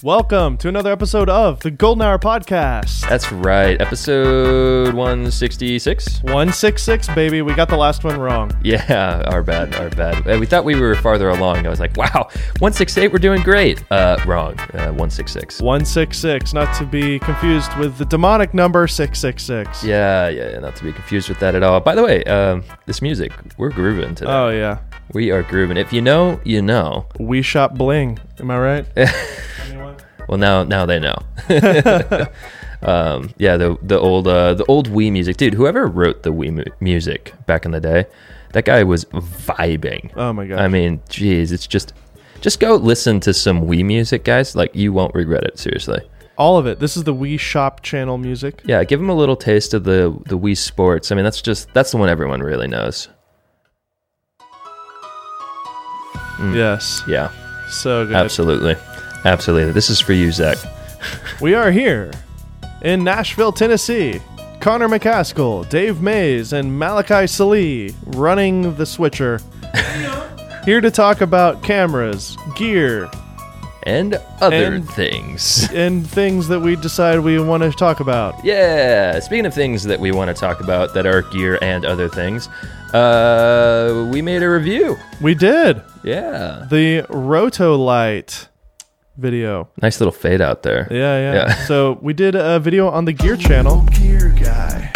Welcome to another episode of the Golden Hour Podcast. That's right. Episode 166. 166, baby. We got the last one wrong. Yeah, our bad, our bad. Uh, We thought we were farther along. I was like, wow, 168, we're doing great. Uh, wrong. Uh, 166. 166, not to be confused with the demonic number 666. Yeah, yeah, yeah, not to be confused with that at all. By the way, um, this music, we're grooving today. Oh, yeah. we are grooving. If you know, you know. We shop bling. Am I right? Anyone? Well, now, now they know. um, yeah, the the old uh, the old Wii music, dude. Whoever wrote the Wii mu- music back in the day, that guy was vibing. Oh, my God. I mean, geez, it's just just go listen to some Wii music, guys. Like you won't regret it, seriously. All of it. This is the We Shop channel music. Yeah, give them a little taste of the the Wii Sports. I mean, that's just that's the one everyone really knows. Yes. Yeah, So good. absolutely, absolutely. This is for you, Zach. We are here in Nashville, Tennessee. Connor McCaskill, Dave Mays, and Malachi Salee running the switcher. here to talk about cameras, gear, And other And- things. and things that we decide we want to talk about. Yeah, speaking of things that we want to talk about that are gear and other things, uh, we made a review. We did Yeah, the Rotolite video. nice little fade out there. Yeah, yeah. Yeah. So we did a video on the Gear channel Gear guy.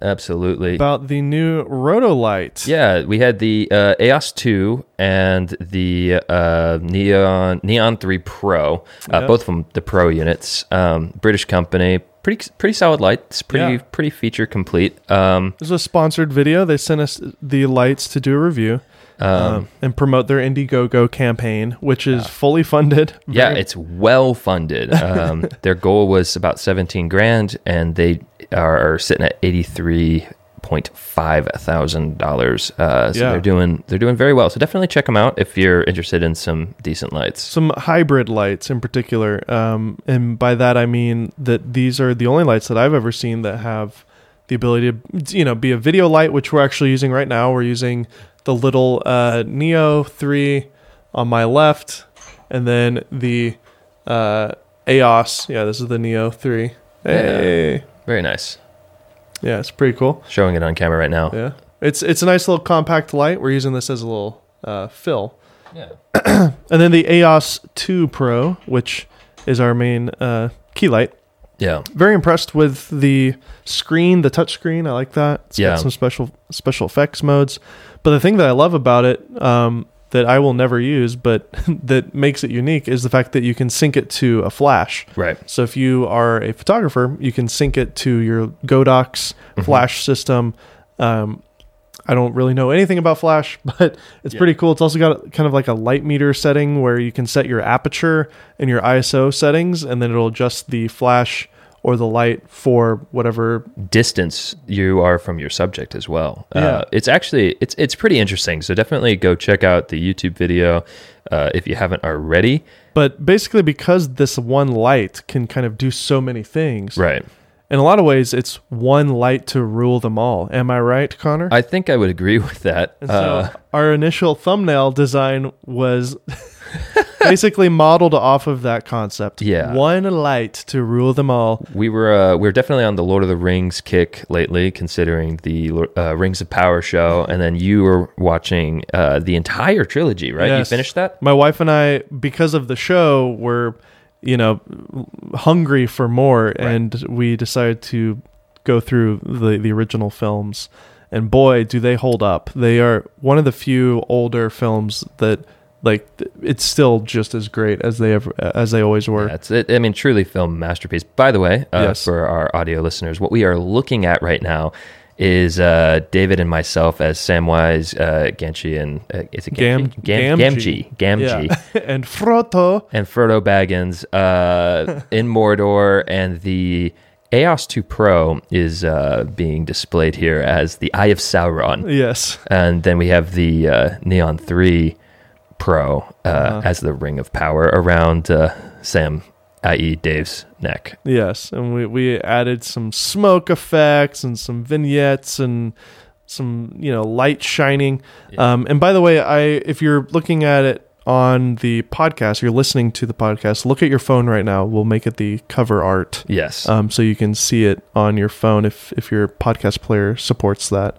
absolutely. about the new Rotolite. Yeah, we had the uh, EOS 2 and the uh, Neon Neon 3 Pro, uh, both of them the Pro units. Um, British company, pretty pretty solid lights, pretty Yeah. pretty feature complete. Um, This is a sponsored video. They sent us the lights to do a review um, and promote their Indiegogo campaign, which is fully funded. yeah, Very- it's well funded. Um, their goal was about 17 grand, and they are sitting at 83.5 thousand dollars. Uh, so Yeah. they're doing they're doing very well. So definitely check them out if you're interested in some decent lights. some hybrid lights in particular. Um, and by that I mean that these are the only lights that I've ever seen that have the ability to, you know, be a video light, which we're actually using right now. We're using the little uh, Neo 3 on my left, and then the uh, EOS. Yeah, this is the Neo 3. Hey. Yeah, Very nice. it's pretty cool. Showing it on camera right now. Yeah. It's it's a nice little compact light. We're using this as a little uh, fill. Yeah. And then the E EOS 2 Pro, which is our main uh, key light. Yeah. Very impressed with the screen, the touch screen. I like that. It's Yeah. got some special special effects modes. But the thing that I love about it um, that I will never use, but that makes it unique, is the fact that you can sync it to a flash. Right. So if you are a photographer, you can sync it to your Godox Flash system. Um, I don't really know anything about Flash, but it's pretty cool. It's also got kind of like a light meter setting where you can set your aperture and your ISO settings, and then it'll adjust the flash or the light for whatever. Distance you are from your subject as well. Yeah. Uh, it's actually it's it's pretty interesting. So definitely go check out the YouTube video uh, if you haven't already. But basically, because this one light can kind of do so many things, Right. in a lot of ways, it's one light to rule them all. Am I right, Connor? I think I would agree with that. And so Uh, our initial thumbnail design was basically modeled off of that concept. Yeah. One light to rule them all. we were uh, we were definitely on the Lord of the Rings kick lately, considering the uh, Rings of Power show, and then you were watching uh, the entire trilogy, right? Yes. You finished that? My wife and I, because of the show, were, you know, hungry for more and we decided to go through the, the original films. And boy, do they hold up. They are one of the few older films that like th- it's still just as great as they ever as they always were. That's it. I mean, truly film masterpiece. By the way, uh, Yes. for our audio listeners, what we are looking at right now is uh, David and myself as Samwise uh, Gamgee and uh, is it Gam- Gamgee? Gam- Gamgee. Gamgee, Gamgee, and Froto and Frodo Baggins uh, in Mordor, and the EOS 2 Pro is uh, being displayed here as the Eye of Sauron, Yes. and then we have the uh, Neon 3 Pro uh, as the Ring of Power around uh, Sam, i.e., Dave's neck. Yes. And we, we added some smoke effects and some vignettes and some, you know, light shining. Um, and by the way, I if you're looking at it on the podcast, you're listening to the podcast, look at your phone right now. We'll make it the cover art. Yes. Um, so you can see it on your phone if, if your podcast player supports that.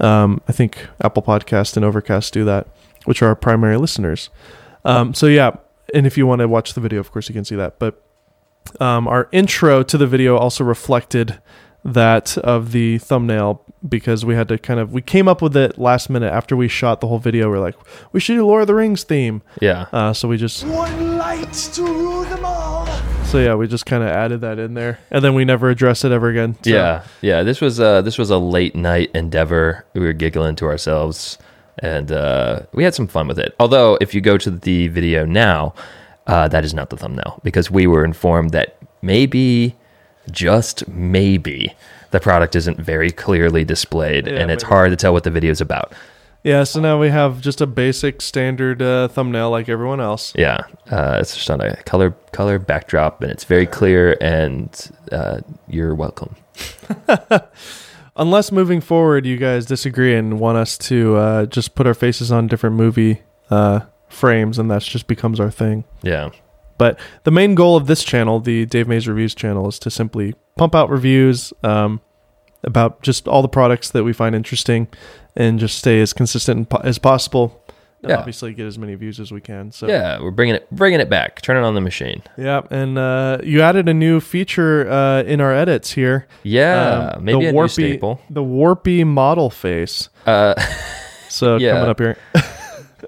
Um, I think Apple Podcast and Overcast do that, which are our primary listeners. Um, so yeah, and if you want to watch the video, of course you can see that. But um, our intro to the video also reflected that of the thumbnail because we had to kind of we came up with it last minute after we shot the whole video. We're like, we should do Lord of the Rings theme. yeah. Uh, so we just One light to rule them all. so yeah we just kind of added that in there, and then we never address it ever again. So, yeah. Yeah. This was uh this was a late night endeavor. We were giggling to ourselves and uh we had some fun with it. Although if you go to the video now, uh that is not the thumbnail because we were informed that maybe just maybe the product isn't very clearly displayed Yeah, and it's maybe. hard to tell what the video is about. yeah. So now we have just a basic standard uh, thumbnail like everyone else. Yeah, uh, it's just on a color color backdrop, and it's very clear. And uh, you're welcome. Unless moving forward, you guys disagree and want us to uh, just put our faces on different movie uh, frames, and that's just becomes our thing. Yeah, But the main goal of this channel, the Dave Mays Reviews channel, is to simply pump out reviews um, about just all the products that we find interesting, and just stay as consistent and po- as possible. And Yeah. obviously get as many views as we can. So yeah, we're bringing it bringing it back. Turn it on the machine. yeah. And uh, you added a new feature uh, in our edits here. Yeah, Um, maybe a new warpy, staple. The warpy model face. Uh, So Yeah. coming up here.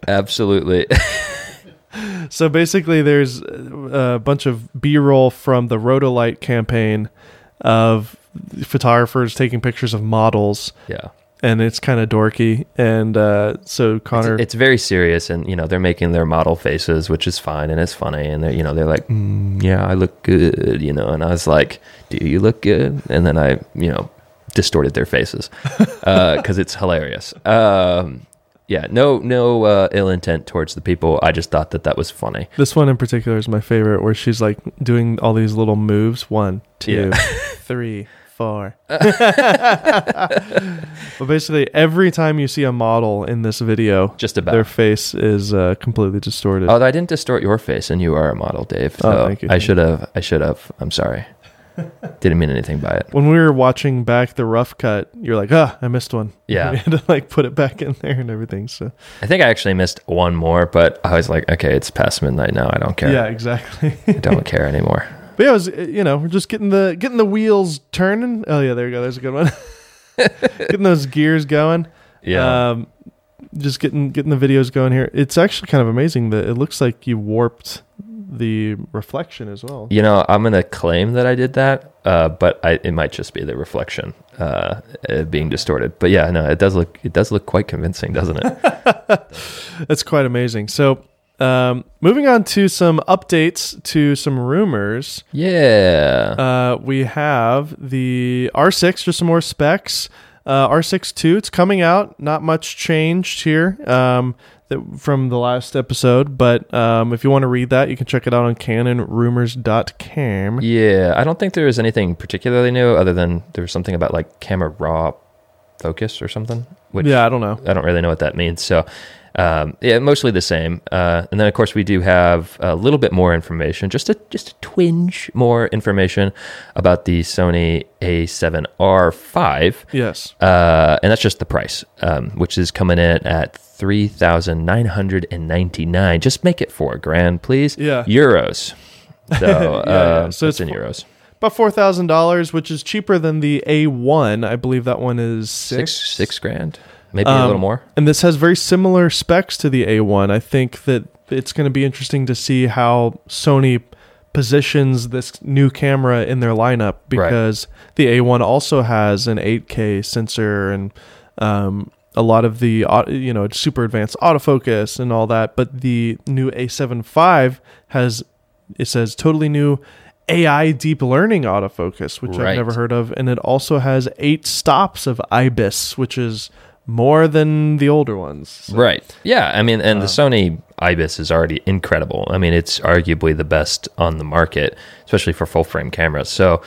absolutely. So basically, there's uh, a bunch of B-roll from the Rotolite campaign of photographers taking pictures of models, yeah, and it's kind of dorky. And uh, so Connor, it's, it's very serious, and you know they're making their model faces, which is fine and it's funny, and they're you know they're like, mm, yeah, I look good, you know, and I was like, do you look good? And then I you know distorted their faces because it's hilarious. Um, yeah, no, no uh, ill intent towards the people. I just thought that that was funny. this one in particular is my favorite, where she's like doing all these little moves: one, two, three, four. but basically, every time you see a model in this video, Just about. their face is uh, completely distorted. Although I didn't distort your face, and you are a model, Dave. Oh, So thank you. I should have. I should have. I'm sorry. didn't mean anything by it. when we were watching back the rough cut, you're like, ah, I missed one. Yeah. we had to like put it back in there and everything. So I think I actually missed one more, but I was like, okay, it's past midnight now. I don't care. yeah, exactly. I don't care anymore. but yeah, it was uh, you know we're just getting the getting the wheels turning. Oh yeah, there you go. There's a good one. getting those gears going. Yeah. Um, just getting getting the videos going here. It's actually kind of amazing that it looks like you warped the reflection as well. you know, I'm gonna claim that I did that, uh, but I, it might just be the reflection uh, uh, being distorted. But yeah, no, it does look it does look quite convincing, doesn't it? That's quite amazing. So. Um, moving on to some updates to some rumors. yeah. Uh, we have the R6, just some more specs. Uh, R6 two, it's coming out. Not much changed here um, that, from the last episode, but um, if you want to read that, you can check it out on canonrumors.com. yeah. I don't think there was anything particularly new, other than there was something about like camera raw focus or something. Which Yeah, I don't know. I don't really know what that means. So, um, yeah, mostly the same. Uh, and then, of course, we do have a little bit more information, just a just a twinge more information about the Sony A7R5, Yes. uh, and that's just the price, um, which is coming in at three thousand nine hundred and ninety nine. Just make it four grand, please. Yeah. euros. So, yeah. uh, So so it's it's in four- euros. About four thousand dollars, which is cheaper than the A1. I believe that one is six. Um, Six six grand, maybe a little more. And this has very similar specs to the A1. I think that it's going to be interesting to see how Sony positions this new camera in their lineup because the A1 also has an 8K sensor and um, a lot of the au- you know super advanced autofocus and all that. But the new A7 V has it says totally new AI deep learning autofocus, which I've Right. never heard of, and it also has eight stops of IBIS, which is more than the older ones. So- Right. Yeah. I mean, and the Sony IBIS is already incredible. I mean, it's arguably the best on the market, especially for full frame cameras. So,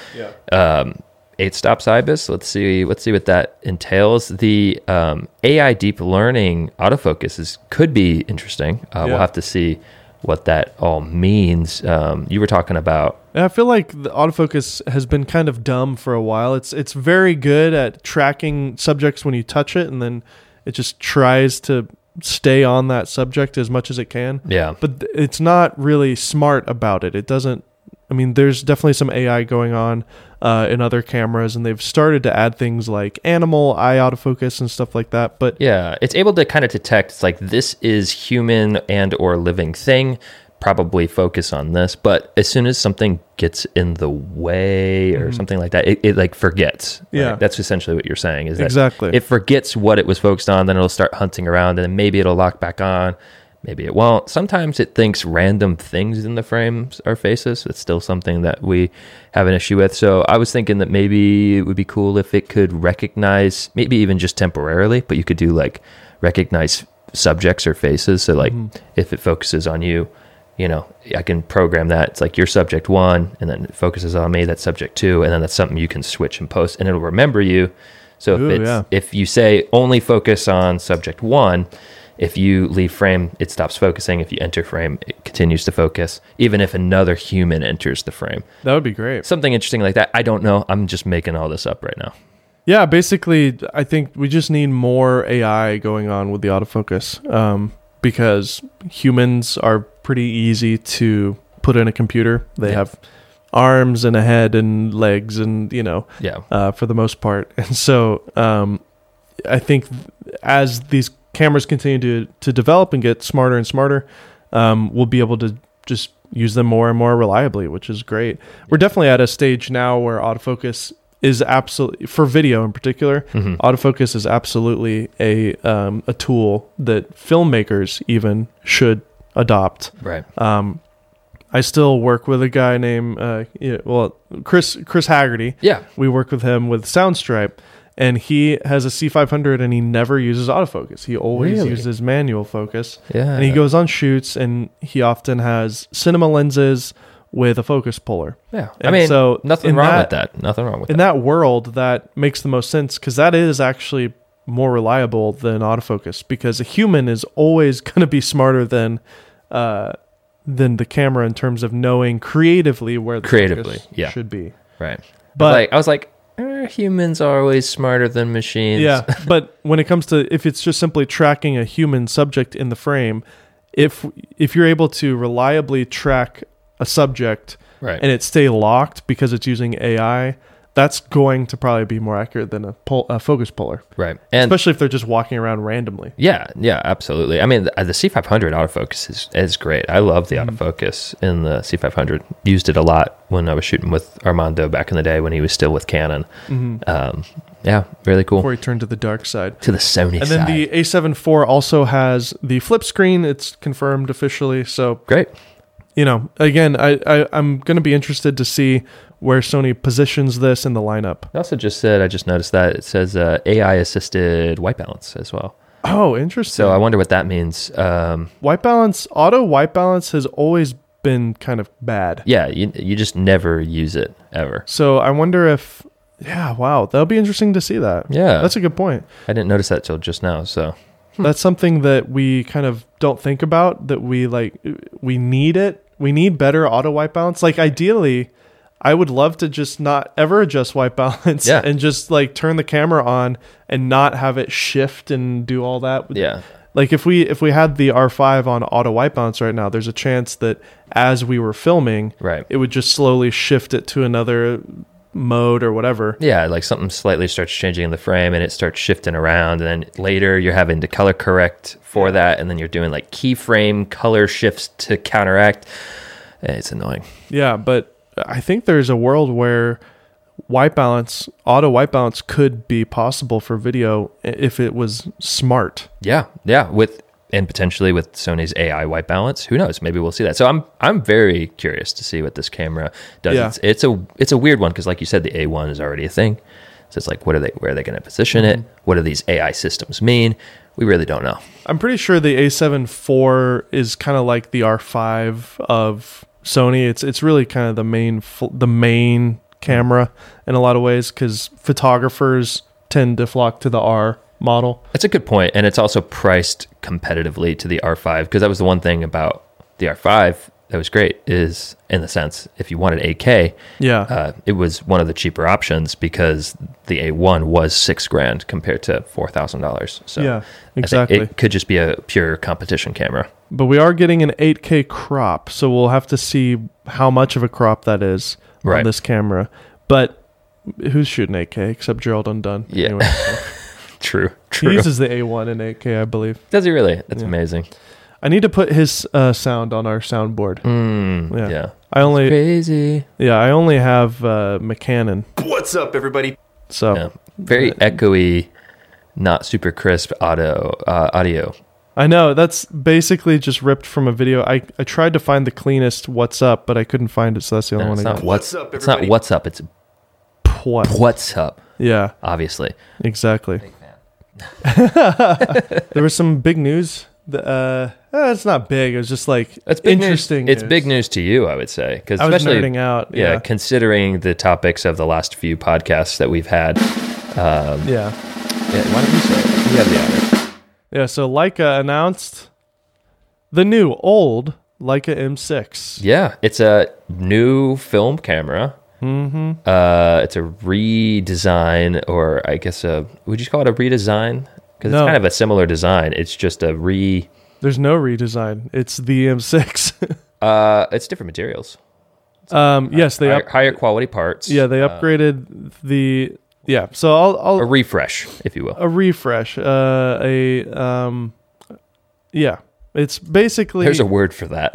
um, eight stops ibis let's see let's see what that entails the um, ai deep learning autofocus is could be interesting uh, Yeah. we'll have to see what that all means um, you were talking about And I feel like the autofocus has been kind of dumb for a while. It's it's very good at tracking subjects when you touch it, and then it just tries to stay on that subject as much as it can. yeah But th- it's not really smart about it. It doesn't. I mean, there's definitely some AI going on uh, in other cameras, and they've started to add things like animal eye autofocus and stuff like that. But Yeah, it's able to kind of detect. It's like this is human and or living thing. Probably focus on this, but as soon as something gets in the way or something like that, it, it like forgets. right? Mm-hmm. Yeah. that's essentially what you're saying. Is that Exactly. It forgets what it was focused on, then it'll start hunting around, and then maybe it'll lock back on. Maybe it won't. Sometimes it thinks random things in the frames or faces. It's still something that we have an issue with. So I was thinking that maybe it would be cool if it could recognize, maybe even just temporarily, but you could do like recognize subjects or faces. So, like, Mm-hmm. if it focuses on you, you know, I can program that. It's like your subject one, and then it focuses on me. That's subject two, and then that's something you can switch and post, and it'll remember you. So if Ooh, it's, yeah. if you say only focus on subject one, if you leave frame, it stops focusing. If you enter frame, it continues to focus, even if another human enters the frame. that would be great. Something interesting like that. I don't know. I'm just making all this up right now. Yeah, basically, I think we just need more AI going on with the autofocus um, because humans are pretty easy to put in a computer. They Yeah. have arms and a head and legs, and you know, Yeah. uh, for the most part. And so, um, I think as these cameras continue to to develop and get smarter and smarter, um, we'll be able to just use them more and more reliably, which is great. We're definitely at a stage now where autofocus is absolutely for video in particular. Mhm. Autofocus is absolutely a um, a tool that filmmakers even should adopt. Right. Um, I still work with a guy named uh, yeah, well Chris Chris Haggerty Yeah. we work with him with Soundstripe, and he has a C500 and he never uses autofocus. He always Really? Uh. uses manual focus. Yeah. And he goes on shoots, and he often has cinema lenses with a focus puller. Yeah. I and mean, so nothing in wrong that- with that. Nothing wrong with In that. that world, that makes the most sense because that is actually more reliable than autofocus because a human is always going to be smarter than. Uh, than the camera in terms of knowing creatively where the Creatively, focus yeah. should be. Right. But But- like, I was like, eh, humans are always smarter than machines. Yeah, but when it comes to if it's just simply tracking a human subject in the frame, if if you're able to reliably track a subject Right. and it stay locked because it's using AI, that's going to probably be more accurate than a, pull, a focus puller, right. And especially if they're just walking around randomly. Yeah, yeah, absolutely. I mean, the, the C500 autofocus is, is great. I love the Mm-hmm. autofocus in the C500. Used it a lot when I was shooting with Armando back in the day when he was still with Canon. Mm-hmm. Um, yeah, really cool. Before you turn to the dark side. to the Sony And then side. the A7 IV also has the flip screen. It's confirmed officially. So great. you know, again, I, I I'm going to be interested to see where Sony positions this in the lineup. I also just said, I just noticed that it says uh, AI assisted white balance as well. Oh, interesting. So uh, I wonder what that means. Um, white balance auto white balance has always been kind of bad yeah, you, you just never use it ever. so i wonder if yeah wow that'll be interesting to see that Yeah. Hmm. that's a good point I didn't notice that till just now. So that's something that we kind of don't think about that we like we need it we need better auto white balance like ideally i would love to just not ever adjust white balance Yeah. and just like turn the camera on and not have it shift and do all that yeah, like if we if we had the R5 on auto white balance right now, there's a chance that as we were filming, Right. it would just slowly shift it to another mode or whatever. Yeah, like something slightly starts changing in the frame and it starts shifting around. And then later you're having to color correct for that. And then you're doing like keyframe color shifts to counteract. Eh, It's annoying. Yeah, but I think there's a world where white balance, auto white balance could be possible for video i- if it was smart. Yeah, yeah. With and potentially with Sony's AI white balance, who knows? Maybe we'll see that. So I'm I'm very curious to see what this camera does. Yeah. It's, it's a it's a weird one because, like you said, the A1 is already a thing. So it's like, what are they? Where are they going to position it? What do these AI systems mean? We really don't know. I'm pretty sure the A7 IV is kind of like the R5 of Sony. It's it's really kind of the main fl- the main camera in a lot of ways because photographers tend to flock to the R model. That's a good point, and it's also priced competitively to the R5 because that was the one thing about the R5 that was great is in the sense if you wanted 8K, Yeah. uh, it was one of the cheaper options because the A1 was six grand compared to four thousand dollars. So Yeah, I think exactly. it could just be a pure competition camera. but we are getting an 8K crop, so we'll have to see how much of a crop that is on Right. this camera. But who's shooting 8K except Gerald Undone? Yeah. Anyway, True, he true. uses the A1 in 8K, I believe. Does he really? That's Yeah. amazing. I need to put his uh, sound on our soundboard. Mm, Yeah. yeah. I only, Crazy. yeah, I only have uh, McCannon, What's up, everybody? so Yeah. Very echoey, not super crisp audio. Uh, audio. I know that's basically just ripped from a video. I, I tried to find the cleanest "What's Up," but I couldn't find it, so that's the only No, one it's I not got. what's What's up, It's not everybody? what's up. It's What? what's up. Yeah, Obviously. exactly. there was some big news. The, uh, eh, it's not big. It was just like That's big interesting. News. It's big news to you, I would say, because I was especially nerding out. yeah, Yeah, considering the topics of the last few podcasts that we've had. yeah, yeah. Yeah, why don't you say it? You have the honor. so Leica announced the new old Leica M6. Yeah, it's a new film camera. Mm-hmm. Uh, it's a redesign, or I guess a would you call it a redesign? Because No. it's kind of a similar design. It's just a re. There's no redesign. It's the M6. Uh, it's different materials, um, yes, they higher, up, higher quality parts. yeah they upgraded the yeah. So I'll I'll uh, a refresh, if you will. a refresh uh a um yeah it's basically There's a word for that.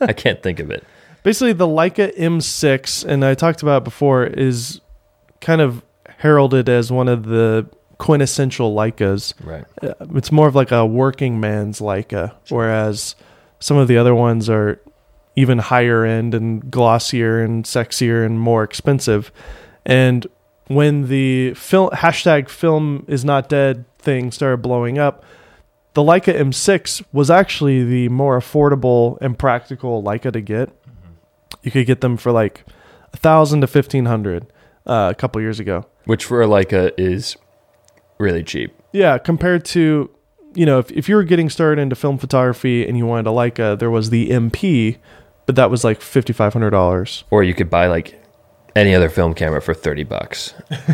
I can't think of it. basically the leica m6 and i talked about it before is kind of heralded as one of the quintessential leicas Right. Uh, it's more of like a working man's leica whereas some of the other ones are even higher end and glossier and sexier and more expensive and when the film hashtag film is not dead thing started blowing up the Leica M6 was actually the more affordable and practical Leica to get. You could get them for like a thousand to fifteen hundred uh, a couple years ago. Which for a Leica is really cheap. Yeah, compared to you know if if you were getting started into film photography and you wanted a Leica, there was the MP, but that was like fifty five hundred dollars. Or you could buy like any other film camera for 30 bucks.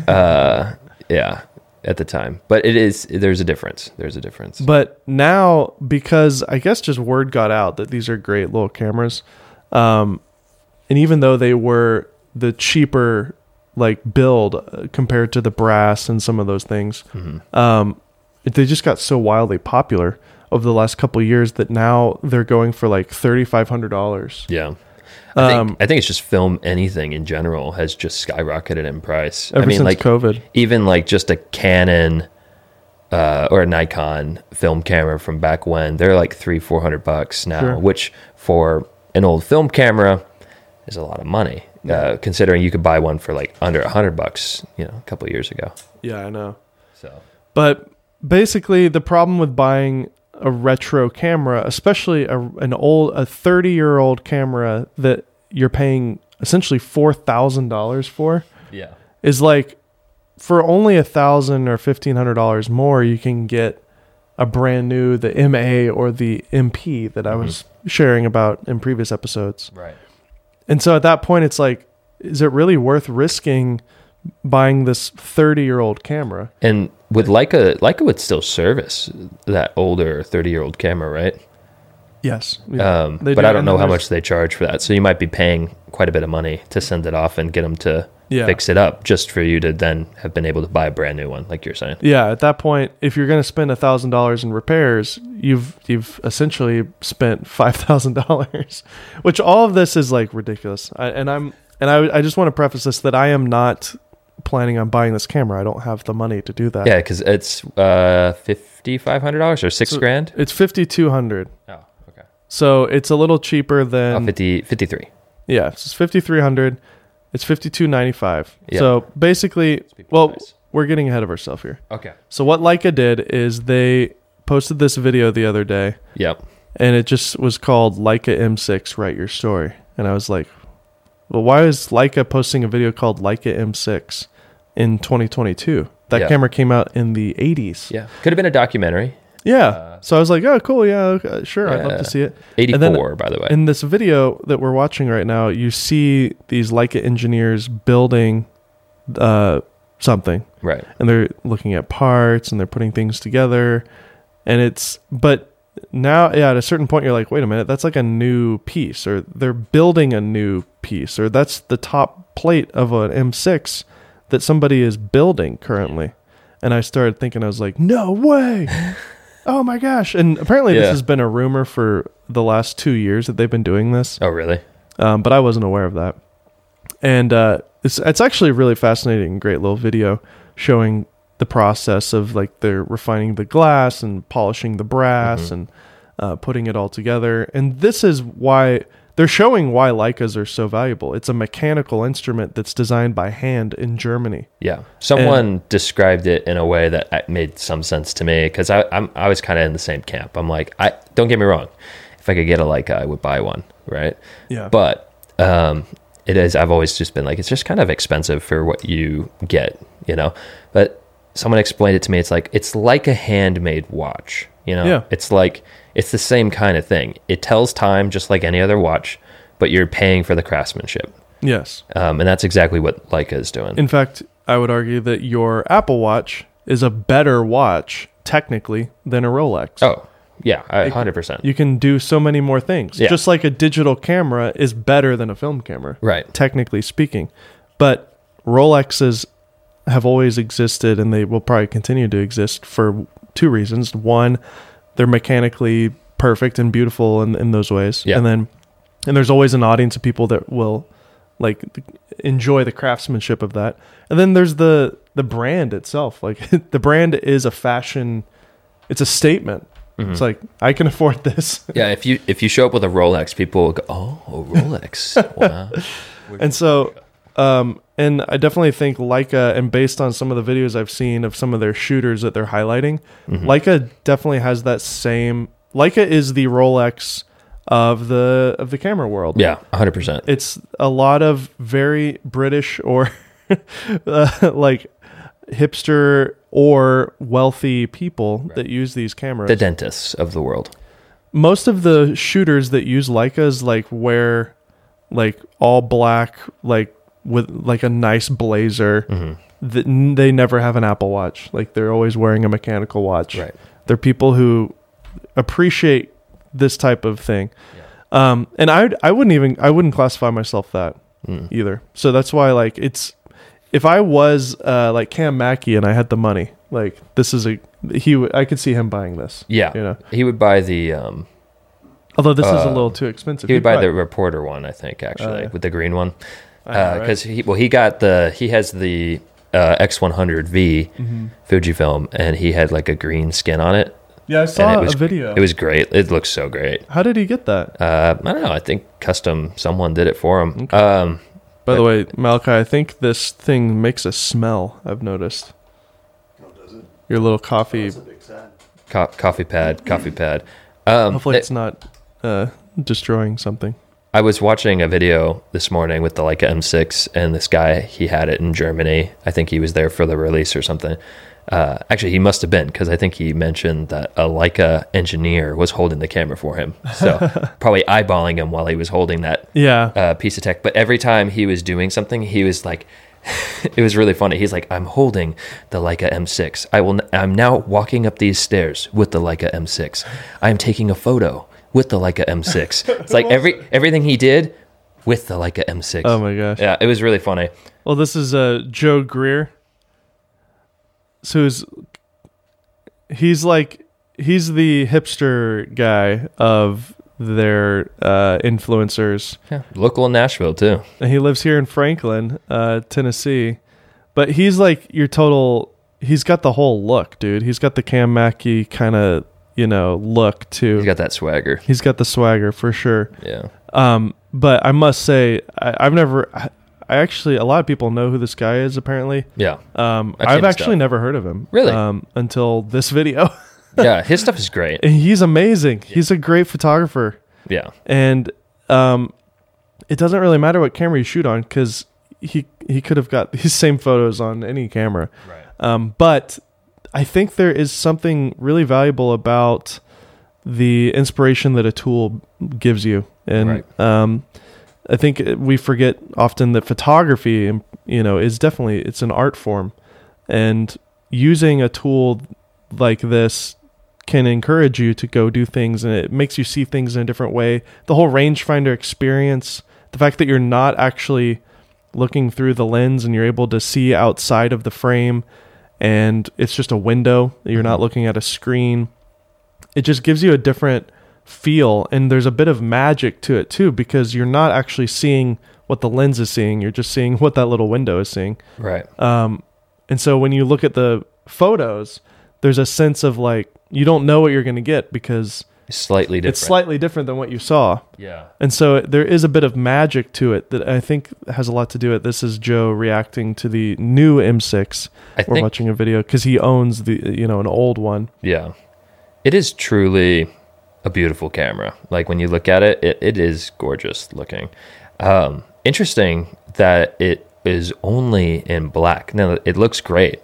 uh, yeah, at the time. But it is, there's a difference. There's a difference. But now, because I guess just word got out that these are great little cameras, um, and even though they were the cheaper like build uh, compared to the brass and some of those things, Mm-hmm. um, they just got so wildly popular over the last couple of years that now they're going for like thirty five hundred dollars. yeah. I think, Um, I think it's just film anything in general has just skyrocketed in price. Ever I mean, since like, COVID, even like just a Canon uh, or a Nikon film camera from back when they're like three four hundred bucks now, Sure. which for an old film camera is a lot of money. Uh, considering you could buy one for like under a hundred bucks, you know, a couple of years ago. yeah, I know. So But basically, the problem with buying a retro camera, especially a, an old, a thirty-year-old camera that you're paying essentially four thousand dollars for, yeah, is like for only a thousand or fifteen hundred dollars more, you can get a brand new the MA or the MP that I was sharing about in previous episodes. right. And so at that point, it's like, is it really worth risking buying this thirty-year-old camera? And with Leica, Leica would still service that older thirty-year-old camera, right? Yes, Um, but I don't know how much they charge for that. So you might be paying quite a bit of money to send it off and get them to Yeah. fix it up just for you to then have been able to buy a brand new one, like you're saying. Yeah, at that point, if you're going to spend a thousand dollars in repairs, you've you've essentially spent five thousand dollars, which all of this is like ridiculous. I, and I'm and I I just want to preface this that I am not planning on buying this camera. I don't have the money to do that. Yeah, because it's uh, $5,500 or six So- grand. it's fifty two hundred, Oh, okay. so it's a little cheaper than Oh, 50, 53. yeah, it's fifty three hundred. It's fifty two ninety five. Yeah. So basically, be well, precise. we're getting ahead of ourselves here. Okay. So what Leica did is they posted this video the other day. Yeah. and it just was called Leica M6 Write Your Story. And I was like, why is Leica posting a video called Leica M6 in 2022? That Yeah. camera came out in the 80s. Yeah, could have been a documentary. Yeah. so I was like, oh, cool. Yeah, okay, sure. I'd love Yeah. to see it. Eighty And then- four, by the way. In this video that we're watching right now, you see these Leica engineers building uh, something, right. and they're looking at parts and they're putting things together, and it's but now yeah, at a certain point you're like, wait a minute, that's like a new piece, or they're building a new piece, or that's the top plate of an M6 that somebody is building currently, and I started thinking, I was like, no way. Oh my gosh! And apparently, this Yeah. has been a rumor for the last two years that they've been doing this, Oh, really? um, but I wasn't aware of that. And uh, it's it's actually a really fascinating, great little video showing the process of like they're refining the glass and polishing the brass and uh, putting it all together. And this is why they're showing why Leicas are so valuable. It's a mechanical instrument that's designed by hand in Germany. Yeah. Someone described it in a way that I- made some sense to me because I I'm, I was kind of in the same camp. I'm like, I don't get me wrong. If I could get a Leica, I would buy one, right? Yeah. But um, it is. I've always just been like, it's just kind of expensive for what you get, you know. But someone explained it to me. It's like it's like a handmade watch, you know. Yeah. It's like it's the same kind of thing. It tells time just like any other watch, but you're paying for the craftsmanship, yes. um, and that's exactly what Leica is doing. In fact, I would argue that your Apple Watch is a better watch technically than a Rolex. Oh, yeah, a hundred percent. You can do so many more things. Yeah. Just like a digital camera is better than a film camera, Right. technically speaking. But Rolexes have always existed and they will probably continue to exist for two reasons. One, they're mechanically perfect and beautiful in, in those ways. Yeah. And then and there's always an audience of people that will like th- enjoy the craftsmanship of that. And then there's the the brand itself. Like the brand is a fashion it's a statement. Mm-hmm. It's like I can afford this. Yeah, if you if you show up with a Rolex, people will go, "Oh, a Rolex." wow. and so um and I definitely think Leica and based on some of the videos I've seen of some of their shooters that they're highlighting, Leica definitely has that same Leica is the Rolex of the of the camera world. Yeah, a hundred percent. It's a lot of very British or uh, like hipster or wealthy people that use these cameras. The dentists of the world. most of the shooters that use Leicas like wear like all black, like with like a nice blazer. That n- they never have an Apple Watch. Like they're always wearing a mechanical watch. Right. They're people who appreciate this type of thing. Um, and I I wouldn't even I wouldn't classify myself that Mm. either. So that's why like it's if I was uh, like Cam Mackey and I had the money, like this is a he w- I could see him buying this. Yeah, You know. he would buy the um, Although this is a Uh, little too expensive. he would You'd buy the reporter one, I think, actually, Oh, yeah. with the uh, green one, I know, because right? he well he got the he has the uh, X one hundred V Mm-hmm. Fujifilm, and he had like a green skin on it, yeah, I and saw it was a video. It was great. It looks so great. How did he get that? Uh, I don't know. I think custom someone did it for him. Um, By the way, Malachi, I think this thing makes a smell. I've noticed No, does it? your little coffee. That's a big sad. co- coffee pad, coffee pad. Um, Hopefully, it- it's not uh, destroying something. I was watching a video this morning with the Leica M6, and this guy he had it in Germany. I think he was there for the release or something. Uh, actually, he must have been because I think he mentioned that a Leica engineer was holding the camera for him, so probably eyeballing him while he was holding that Yeah, uh, piece of tech. But every time he was doing something, he was like, it was really funny. He's like, I'm holding the Leica M6. I will. N- I'm now walking up these stairs with the Leica M6. I'm taking a photo with the Leica M6. It's like every everything he did with the Leica M6. Oh my gosh. Yeah, it was really funny. Well, this is uh, Joe Greer. So he's, he's like he's the hipster guy of their uh, influencers. Yeah, local in Nashville too. And he lives here in Franklin, uh, Tennessee. But he's like your total. He's got the whole look, dude. He's got the Cam Mackey kind of you know look too. He's got that swagger. he's got the swagger for sure. Yeah. Um, but I must say, I, I've never. I, I actually a lot of people know who this guy is apparently. Yeah. Um, I've I've, seen his actually stuff. never heard of him. Really? Um, until this video. Yeah. His stuff is great. and he's amazing. He's a great photographer. Yeah. And um, it doesn't really matter what camera you shoot on because he he could have got these same photos on any camera. Right. Um, but I think there is something really valuable about the inspiration that a tool gives you, and Right. um, I think we forget often that photography, um, you know, is definitely it's an art form, and using a tool like this can encourage you to go do things and it makes you see things in a different way the whole rangefinder experience the fact that you're not actually looking through the lens and you're able to see outside of the frame and it's just a window you're not looking at a screen it just gives you a different feel and there's a bit of magic to it too because you're not actually seeing what the lens is seeing you're just seeing what that little window is seeing Right. um, and so when you look at the photos, there's a sense of like you don't know what you're going to get because Slightly different. it's slightly different than what you saw. yeah. And so it- there is a bit of magic to it that I think has a lot to do with this is Joe reacting to the new M6. I We're think- watching a video because he owns the you know an old one. Yeah. It is truly a beautiful camera. Like when you look at it, it, it is gorgeous looking. Um, interesting that it is only in black. Now it looks great.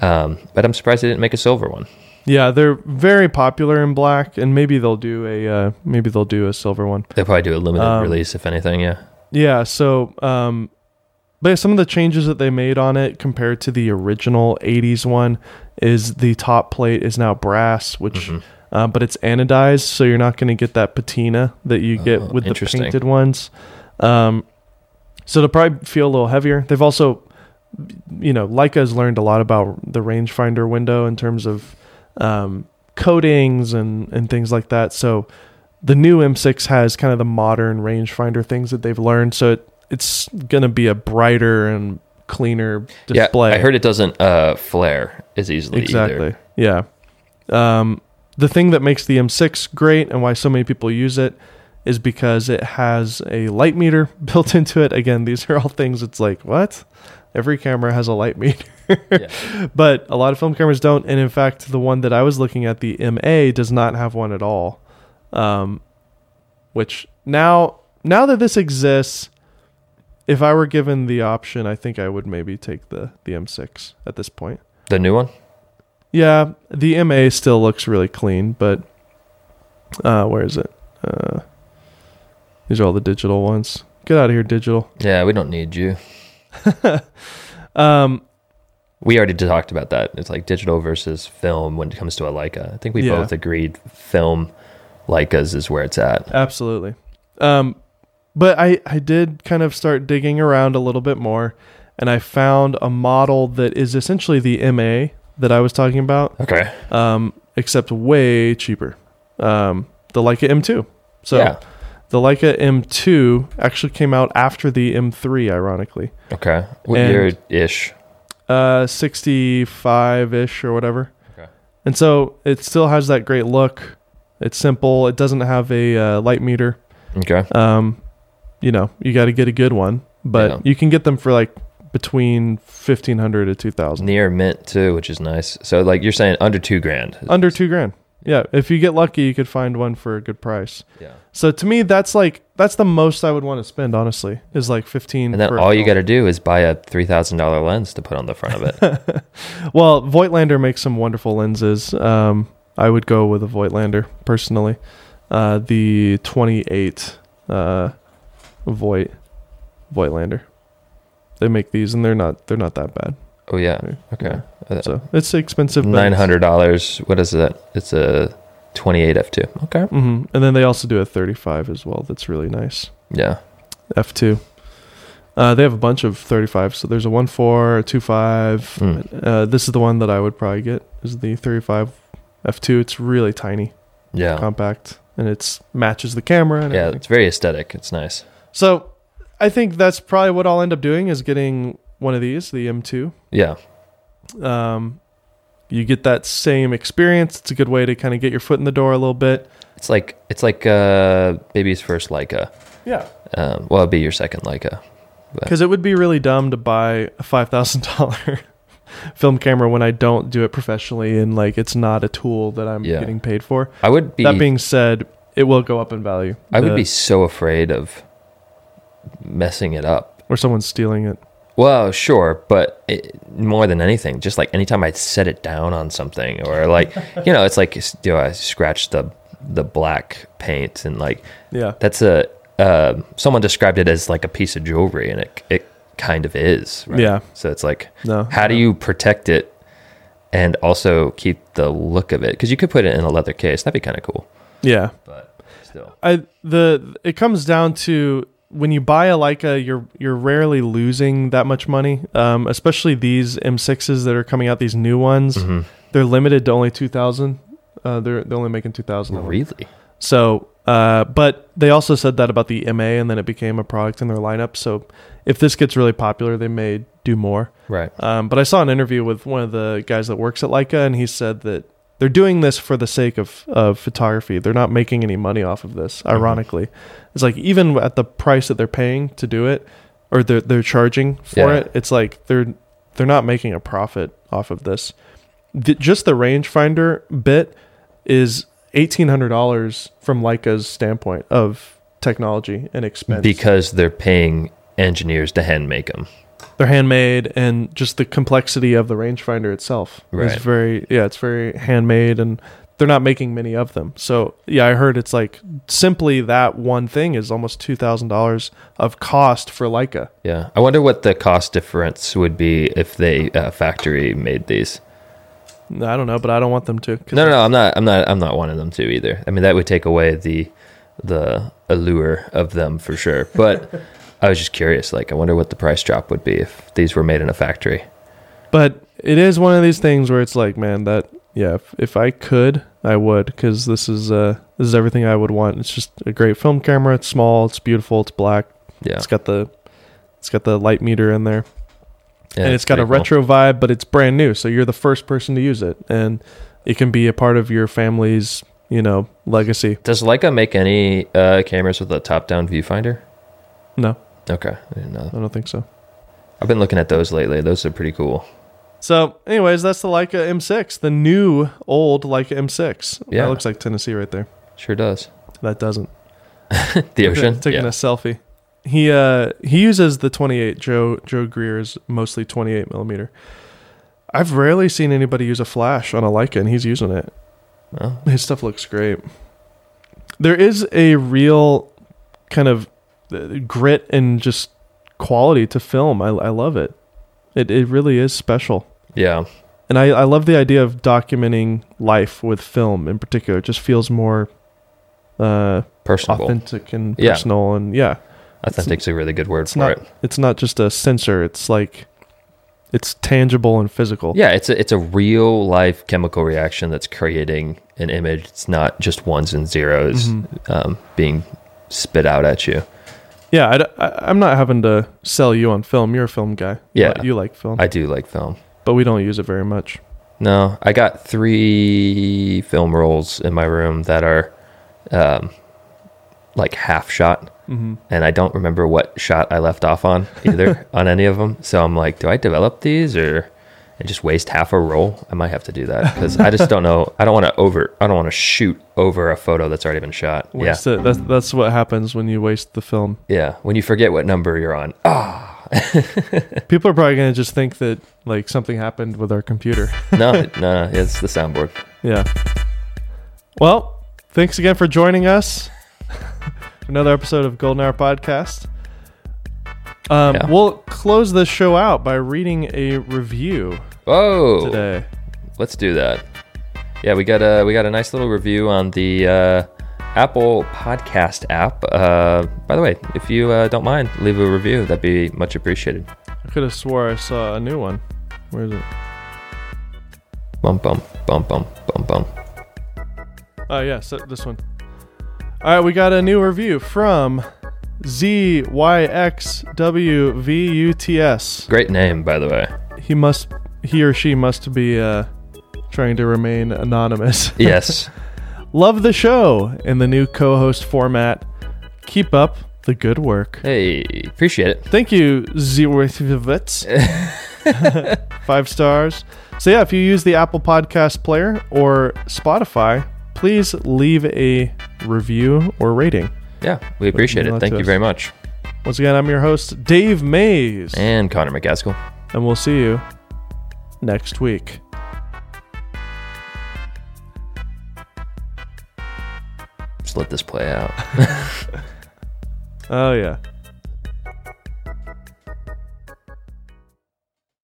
Um, but I'm surprised they didn't make a silver one. Yeah, they're very popular in black, and maybe they'll do a uh, maybe they'll do a silver one. They'll probably do a limited Um, release, if anything. Yeah. Yeah, so um but yeah, some of the changes that they made on it compared to the original 80s one is the top plate is now brass, Mm-hmm. which uh, but it's anodized, so you're not going to get that patina that you get Oh, with the interesting. painted ones. Um so it'll probably feel a little heavier. They've also you know, Leica has learned a lot about the rangefinder window in terms of um coatings and and things like that. So the new M6 has kind of the modern rangefinder things that they've learned, so it, it's gonna be a brighter and cleaner display. Yeah. I heard it doesn't uh, flare as easily exactly. either. Yeah. Um, the thing that makes the M6 great and why so many people use it is because it has a light meter built into it. Again, these are all things. It's like what every camera has a light meter. But a lot of film cameras don't, and in fact, the one that I was looking at, the MA, does not have one at all. Um, which now, now that this exists, if I were given the option, I think I would maybe take the the M6 at this point. The new one? Yeah, the MA still looks really clean, but uh, where is it? Uh, these are all the digital ones. Get out of here, digital. Yeah. We don't need you. Um, We already talked about that. It's like digital versus film when it comes to a Leica. I think we Yeah. both agreed film Leicas is where it's at. Absolutely. Um, but I, I did kind of start digging around a little bit more, and I found a model that is essentially the MA that I was talking about, Okay. um, except way cheaper. Um, the Leica M2. So Yeah. the Leica M2 actually came out after the M3, ironically, Okay. What And- year ish? uh, 65 ish or whatever. Okay. And so it still has that great look. It's simple. It doesn't have a uh, light meter. Okay. um, you know, you got to get a good one, but Yeah. you can get them for like between fifteen hundred to two thousand, Near mint too, which is nice. So like you're saying under two grand. under two grand. Yeah, if you get lucky, you could find one for a good price. yeah. So to me, that's like that's the most I would want to spend. Honestly, is like fifteen. And then for a all you got film. to do is buy a three thousand dollar lens to put on the front of it. Well, Voigtlander makes some wonderful lenses. Um, I would go with a Voigtlander personally. Uh, the twenty-eight uh, Voight Voigtlander. They make these, and they're not they're not that bad. oh yeah. Okay. Uh, So it's expensive. Nine hundred dollars. What is that? It's a twenty eight f two. Okay. Mm-hmm. And then they also do a 35 as well. That's really nice. Yeah. F2. Uh, they have a bunch of 35s. So there's a 1.4, a Hmm. 2.5. Uh, this is the one that I would probably get is the 35 F2. It's really tiny, Yeah. compact, and it's matches the camera. And Yeah. everything. It's very aesthetic. It's nice. So I think that's probably what I'll end up doing is getting one of these, the M2. Yeah. Um, you get that same experience. It's a good way to kind of get your foot in the door a little bit. It's like it's like uh, baby's first Leica. Yeah. Um, well, it'd be your second Leica. Because it would be really dumb to buy a five thousand dollar film camera when I don't do it professionally and like it's not a tool that I'm Yeah. getting paid for. I would be. that being said, it will go up in value. I would The- be so afraid of messing it up or someone's stealing it. Well, sure, but it, more than anything, just like anytime I set it down on something, or like you know, it's like s- do I scratch the the black paint and like Yeah. that's a uh, someone described it as like a piece of jewelry, and it it kind of is. Right? Yeah. So it's like, No. how do you protect it and also keep the look of it? Because you could put it in a leather case. That'd be kind of cool. Yeah. But still, I the it comes down to when you buy a Leica, you're you're rarely losing that much money. Um, especially these M6s that are coming out, these new ones, Mm-hmm. they're limited to only two thousand. Uh, they're they're only making two thousand. of them. really, So, uh, but they also said that about the MA, and then it became a product in their lineup. So, if this gets really popular, they may do more. right? Um, but I saw an interview with one of the guys that works at Leica, and he said that they're doing this for the sake of, of photography. They're not making any money off of this, Uh-huh. ironically. It's like even at the price that they're paying to do it, or they're, they're charging for Yeah. it, it's like they're they're not making a profit off of this. The, just the rangefinder bit is eighteen hundred dollars from Leica's standpoint of technology and expense. Because they're paying engineers to hand make them. they're handmade and just the complexity of the rangefinder itself Right. is very yeah it's very handmade and they're not making many of them so yeah i heard it's like simply that one thing is almost $2000 of cost for leica Yeah, I wonder what the cost difference would be if they uh, factory made these. i don't know but i don't want them to 'cause No, no, no, I'm not. I'm not. I'm not one of them too either. I mean, that would take away the the allure of them for sure. But I was just curious. Like, I wonder what the price drop would be if these were made in a factory. but it is one of these things where it's like man that yeah if, if i could i would because this is uh this is everything i would want it's just a great film camera it's small it's beautiful it's black Yeah, it's got the it's got the light meter in there Yeah, and it's got a pretty cool. retro vibe, but it's brand new. So you're the first person to use it, and it can be a part of your family's, you know, legacy. Does Leica make any uh, cameras with a top-down viewfinder? No, Okay, I didn't know. I don't think so. I've been looking at those lately. Those are pretty cool. So, anyways, that's the Leica M6, the new old Leica M6. Yeah. that looks like Tennessee right there. Sure does. That doesn't. The ocean. taking Yeah. a selfie. He uh he uses the 28. Joe Joe Greer's mostly 28 millimeter. I've rarely seen anybody use a flash on a Leica, and he's using it. Well, His stuff looks great. There is a real kind of uh, grit and just quality to film. I, I love it. It it really is special, yeah. and I I love the idea of documenting life with film in particular. It just feels more uh, Personable. authentic and Yeah. personal, and yeah, Authentic's a really good word it's for not it. it's not just a sensor. It's like it's tangible and physical. Yeah, it's a, it's a real life chemical reaction that's creating an image. It's not just ones and zeros Mm-hmm. um, being spit out at you. yeah. I d- I, am not having to sell you on film. You're a film guy. You Yeah. like- you like film. I do like film. but we don't use it very much. No, I got three film rolls in my room that are um, like half shot, Mm-hmm. and I don't remember what shot I left off on either on any of them. So I'm like, do I develop these or and just waste half a roll? I might have to do that because I just don't know. I don't want to over. I don't want to shoot over a photo that's already been shot. yeah, Waste it. That's, that's what happens when you waste the film. yeah. When you forget what number you're on, oh, People are probably going to just think that like something happened with our computer. no, no, no, it's the soundboard. yeah. Well, thanks again for joining us. for Another episode of Golden Hour Podcast. Um, Yeah. We'll close this show out by reading a review Whoa. today. Let's do that. Yeah, we got a we got a nice little review on the uh, Apple Podcast app. Uh, by the way, if you uh, don't mind, leave a review. That'd be much appreciated. I could have swore I saw a new one. Where is it? Bum bum bum bum bum bum. Oh, yeah, so this one. All right, we got a new review from ZYXWVUTS. Great name, by the way. He must, he or she must be uh, trying to remain anonymous. Yes. Love the show in the new co host format. Keep up the good work. hey, appreciate it. Thank you, Zwerthvitz. Five stars. So yeah, if you use the Apple Podcast player or Spotify, please leave a review or rating. Yeah, we appreciate Email it. it Thank to you us. very much. Once again, I'm your host, Dave Mays, And Connor McCaskill. and we'll see you next week. Just let this play out. Oh, yeah.